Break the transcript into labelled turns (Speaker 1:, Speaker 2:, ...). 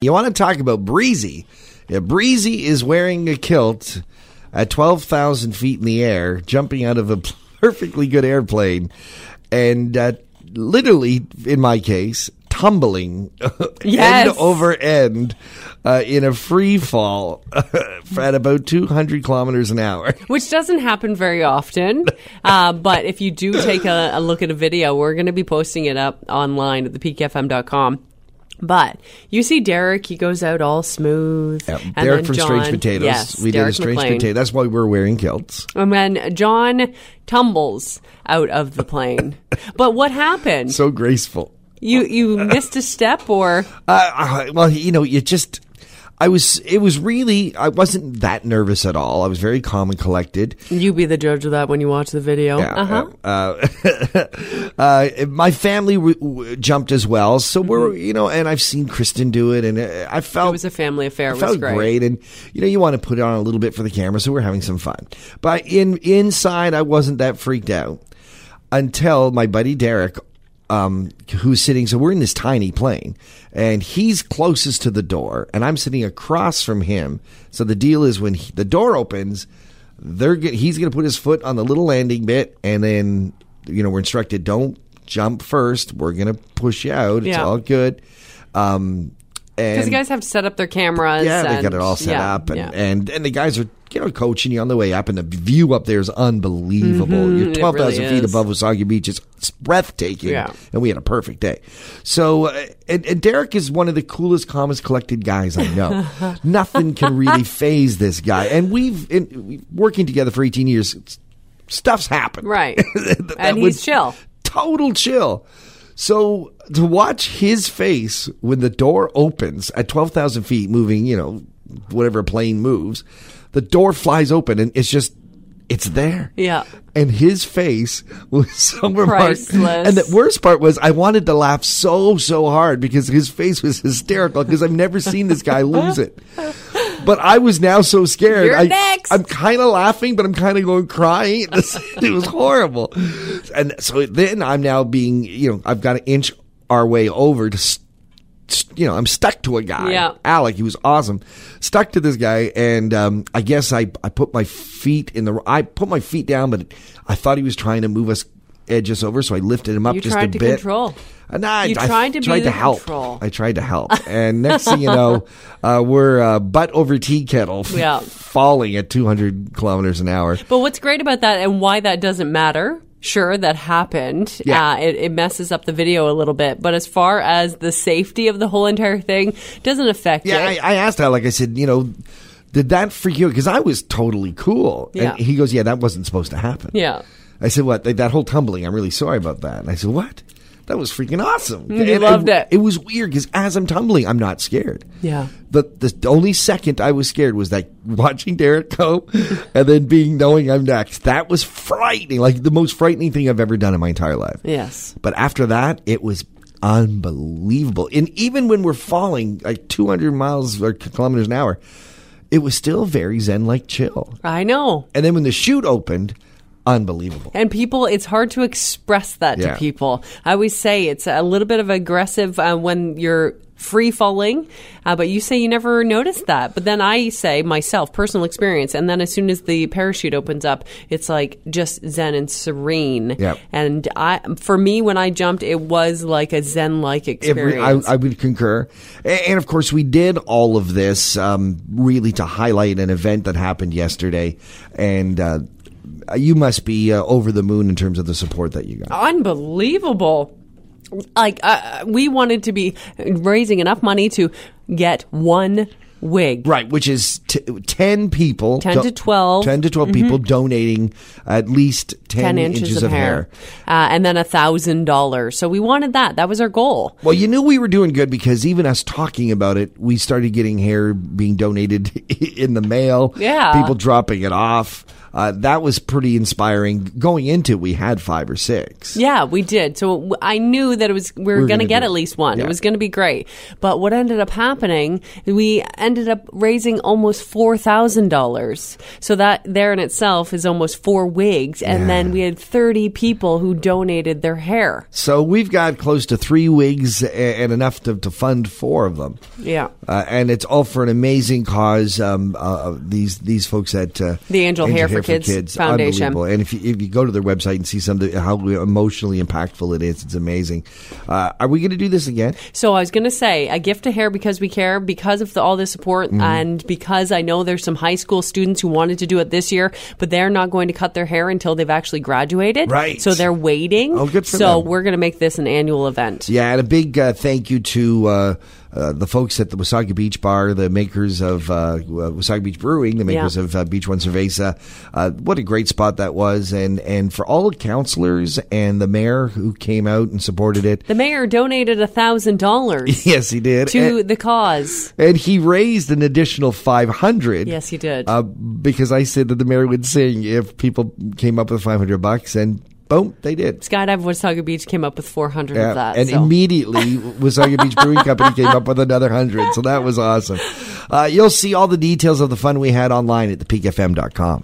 Speaker 1: You want to talk about Breezy? Yeah, Breezy is wearing a kilt at 12,000 feet in the air, jumping out of a perfectly good airplane, and uh, literally, in my case, tumbling
Speaker 2: Yes.
Speaker 1: end over end uh, in a free fall at about 200 kilometers an hour.
Speaker 2: which doesn't happen very often. Uh, but if you do take a, a look at a video, we're going to be posting it up online at thepeakfm.com. But you see Derek, he goes out all smooth.
Speaker 1: Derek
Speaker 2: and then
Speaker 1: from
Speaker 2: John-
Speaker 1: Strange Potatoes.
Speaker 2: Yes,
Speaker 1: we did
Speaker 2: Derek
Speaker 1: a Strange
Speaker 2: McLean.
Speaker 1: Potato. That's why we're wearing kilts.
Speaker 2: And then John tumbles out of the plane. but what happened?
Speaker 1: So graceful.
Speaker 2: you you missed a step or
Speaker 1: Uh, uh, well, you know, you just. I was. It was really. I wasn't that nervous at all. I was very calm and collected.
Speaker 2: you be the judge of that when you watch the video. Uh-huh.
Speaker 1: Yeah, uh, uh, my family w- w- jumped as well, so we're you know, and I've seen Kristen do it, and uh, I felt
Speaker 2: Mm-hmm. It was a family affair. It
Speaker 1: I
Speaker 2: was
Speaker 1: felt
Speaker 2: great.
Speaker 1: and you know you want to put on a little bit for the camera, so we're having some fun. But in inside, I wasn't that freaked out until my buddy Derek, um, who's sitting. So we're in this tiny plane, and he's closest to the door, and I'm sitting across from him. So the deal is when he, the door opens, they're go- he's going to put his foot on the little landing bit, and then you know we're instructed don't jump first. We're going to push you out. It's
Speaker 2: Yeah.
Speaker 1: all good. Um,
Speaker 2: Because
Speaker 1: and
Speaker 2: you guys have set up their cameras.
Speaker 1: yeah, they
Speaker 2: and-
Speaker 1: got it all set
Speaker 2: yeah,
Speaker 1: up, and,
Speaker 2: yeah.
Speaker 1: and and the guys are you know coaching you on the way up, and the view up there is unbelievable. You're twelve thousand
Speaker 2: Mm-hmm, really
Speaker 1: feet
Speaker 2: is.
Speaker 1: above Wasagi Beach; it's, it's breathtaking.
Speaker 2: Yeah.
Speaker 1: and we had a perfect day. So, uh, and, and Derek is one of the coolest, calmest, collected guys I know. Nothing can really phase this guy, and we've in, we- working together for eighteen years. it's- Stuff's happened,
Speaker 2: Right.
Speaker 1: That- that
Speaker 2: And he's
Speaker 1: would-
Speaker 2: chill.
Speaker 1: total chill. So to watch his face when the door opens at 12,000 feet, moving, you know, whatever plane moves, the door flies open and it's just, it's there.
Speaker 2: Yeah.
Speaker 1: And his face was so remarkable.
Speaker 2: Priceless.
Speaker 1: And the worst part was I wanted to laugh so, so hard because his face was hysterical because I've never seen this guy lose it. But I was now so scared.
Speaker 2: You're
Speaker 1: I,
Speaker 2: next.
Speaker 1: I'm kind of laughing, but I'm kind of going crying. This- it was horrible. And so then I'm now being, you know, I've got to inch our way over to, st- st- you know, I'm stuck to a guy.
Speaker 2: Yeah.
Speaker 1: Alec, he was awesome. Stuck to this guy, and um, I guess I, I put my feet in the, I put my feet down, but I thought he was trying to move us edges over, so I lifted him up
Speaker 2: You
Speaker 1: just
Speaker 2: tried
Speaker 1: a
Speaker 2: to
Speaker 1: bit.
Speaker 2: control.
Speaker 1: And I,
Speaker 2: You
Speaker 1: I
Speaker 2: tried to be
Speaker 1: tried
Speaker 2: the
Speaker 1: to help.
Speaker 2: control.
Speaker 1: I tried to help, and next thing you know, uh, we're uh, butt over tea kettle, f-
Speaker 2: Yeah.
Speaker 1: falling at 200 kilometers an hour.
Speaker 2: But what's great about that and why that doesn't matter, sure, that happened.
Speaker 1: Yeah.
Speaker 2: Uh, it, it messes up the video a little bit. But as far as the safety of the whole entire thing, doesn't affect
Speaker 1: Yeah,
Speaker 2: it.
Speaker 1: I, I asked Alec. I said, you know, did that freak you? Because I was totally cool.
Speaker 2: Yeah.
Speaker 1: And he goes, yeah, that wasn't supposed to happen.
Speaker 2: Yeah.
Speaker 1: I said, what? That that whole tumbling. I'm really sorry about that. And I said, what? That was freaking awesome.
Speaker 2: Mm, you
Speaker 1: And
Speaker 2: loved it.
Speaker 1: It was weird because as I'm tumbling, I'm not scared.
Speaker 2: Yeah.
Speaker 1: The the only second I was scared was that watching Derek go, and then being knowing I'm next. That was frightening. Like the most frightening thing I've ever done in my entire life.
Speaker 2: yes.
Speaker 1: But after that, it was unbelievable. And even when we're falling like 200 miles or kilometers an hour, it was still very zen like chill.
Speaker 2: I know.
Speaker 1: And then when the chute opened, unbelievable.
Speaker 2: And people, it's hard to express that
Speaker 1: Yeah.
Speaker 2: to people. I always say it's a little bit of aggressive uh, when you're free falling, uh, but you say you never noticed that. But then I say myself, personal experience, and then as soon as the parachute opens up, it's like just zen and serene.
Speaker 1: Yep.
Speaker 2: And I, for me, when I jumped, it was like a zen-like
Speaker 1: Every-
Speaker 2: experience.
Speaker 1: I, I would concur. A- And of course, we did all of this um, really to highlight an event that happened yesterday. And uh, you must be uh, over the moon in terms of the support that you got.
Speaker 2: unbelievable. Like uh, we wanted to be raising enough money to get one wig.
Speaker 1: Right, which is t- 10 people.
Speaker 2: 10 to 12.
Speaker 1: 10 to 12 people donating at least 10,
Speaker 2: 10 inches, of, hair, Uh, and then a thousand dollars so we wanted that that was our goal
Speaker 1: Well, you knew we were doing good because even us talking about it, we started getting hair being donated in the mail.
Speaker 2: Yeah.
Speaker 1: People dropping it off. Uh, that was pretty inspiring. Going into it, we had five or six.
Speaker 2: yeah we did so w- i knew that it was we were,
Speaker 1: were gonna
Speaker 2: gonna, get
Speaker 1: do it.
Speaker 2: at least one
Speaker 1: Yeah.
Speaker 2: it was gonna be great but what ended up happening we ended up raising almost four thousand dollars. So that there in itself is almost four wigs, and then we had thirty people who donated their hair.
Speaker 1: So we've got close to three wigs a- and enough to, to fund four of them.
Speaker 2: Yeah.
Speaker 1: Uh, and it's all for an amazing cause. Um, uh, these these folks at uh,
Speaker 2: The Angel Hair for Kids Foundation.
Speaker 1: unbelievable. And if you, if you go to their website and see some of the- how emotionally impactful it is, it's amazing. Uh, are we going to do this again?
Speaker 2: So I was going to say a gift to hair because we care because of the, all the support
Speaker 1: Mm-hmm.
Speaker 2: and because I know there's some high school students who wanted to do it this year, but they're not going to cut their hair until they've actually graduated.
Speaker 1: Right.
Speaker 2: So they're waiting.
Speaker 1: Oh, good for
Speaker 2: so
Speaker 1: them.
Speaker 2: we're going to make this an annual event.
Speaker 1: Yeah, and a big uh, thank you to uh, uh, the folks at the Wasaga Beach Bar, the makers of uh, Wasaga Beach Brewing, the makers
Speaker 2: Yeah.
Speaker 1: of uh, Beach One Cerveza. Uh, what a great spot that was, and and for all the counselors and the mayor who came out and supported it.
Speaker 2: The mayor donated a thousand dollars
Speaker 1: Yes, he did.
Speaker 2: to
Speaker 1: and,
Speaker 2: the cause.
Speaker 1: and he raised an additional five hundred.
Speaker 2: Yes, he did.
Speaker 1: Uh, because I said that the mayor would sing if people came up with five hundred bucks, and boom, they did.
Speaker 2: Skydive Wasaga Beach came up with 400
Speaker 1: Yeah,
Speaker 2: of that.
Speaker 1: and
Speaker 2: so.
Speaker 1: immediately, Wasaga Beach Brewing Company came up with another hundred. So that was awesome. Uh, you'll see all the details of the fun we had online at thepeakfm.com.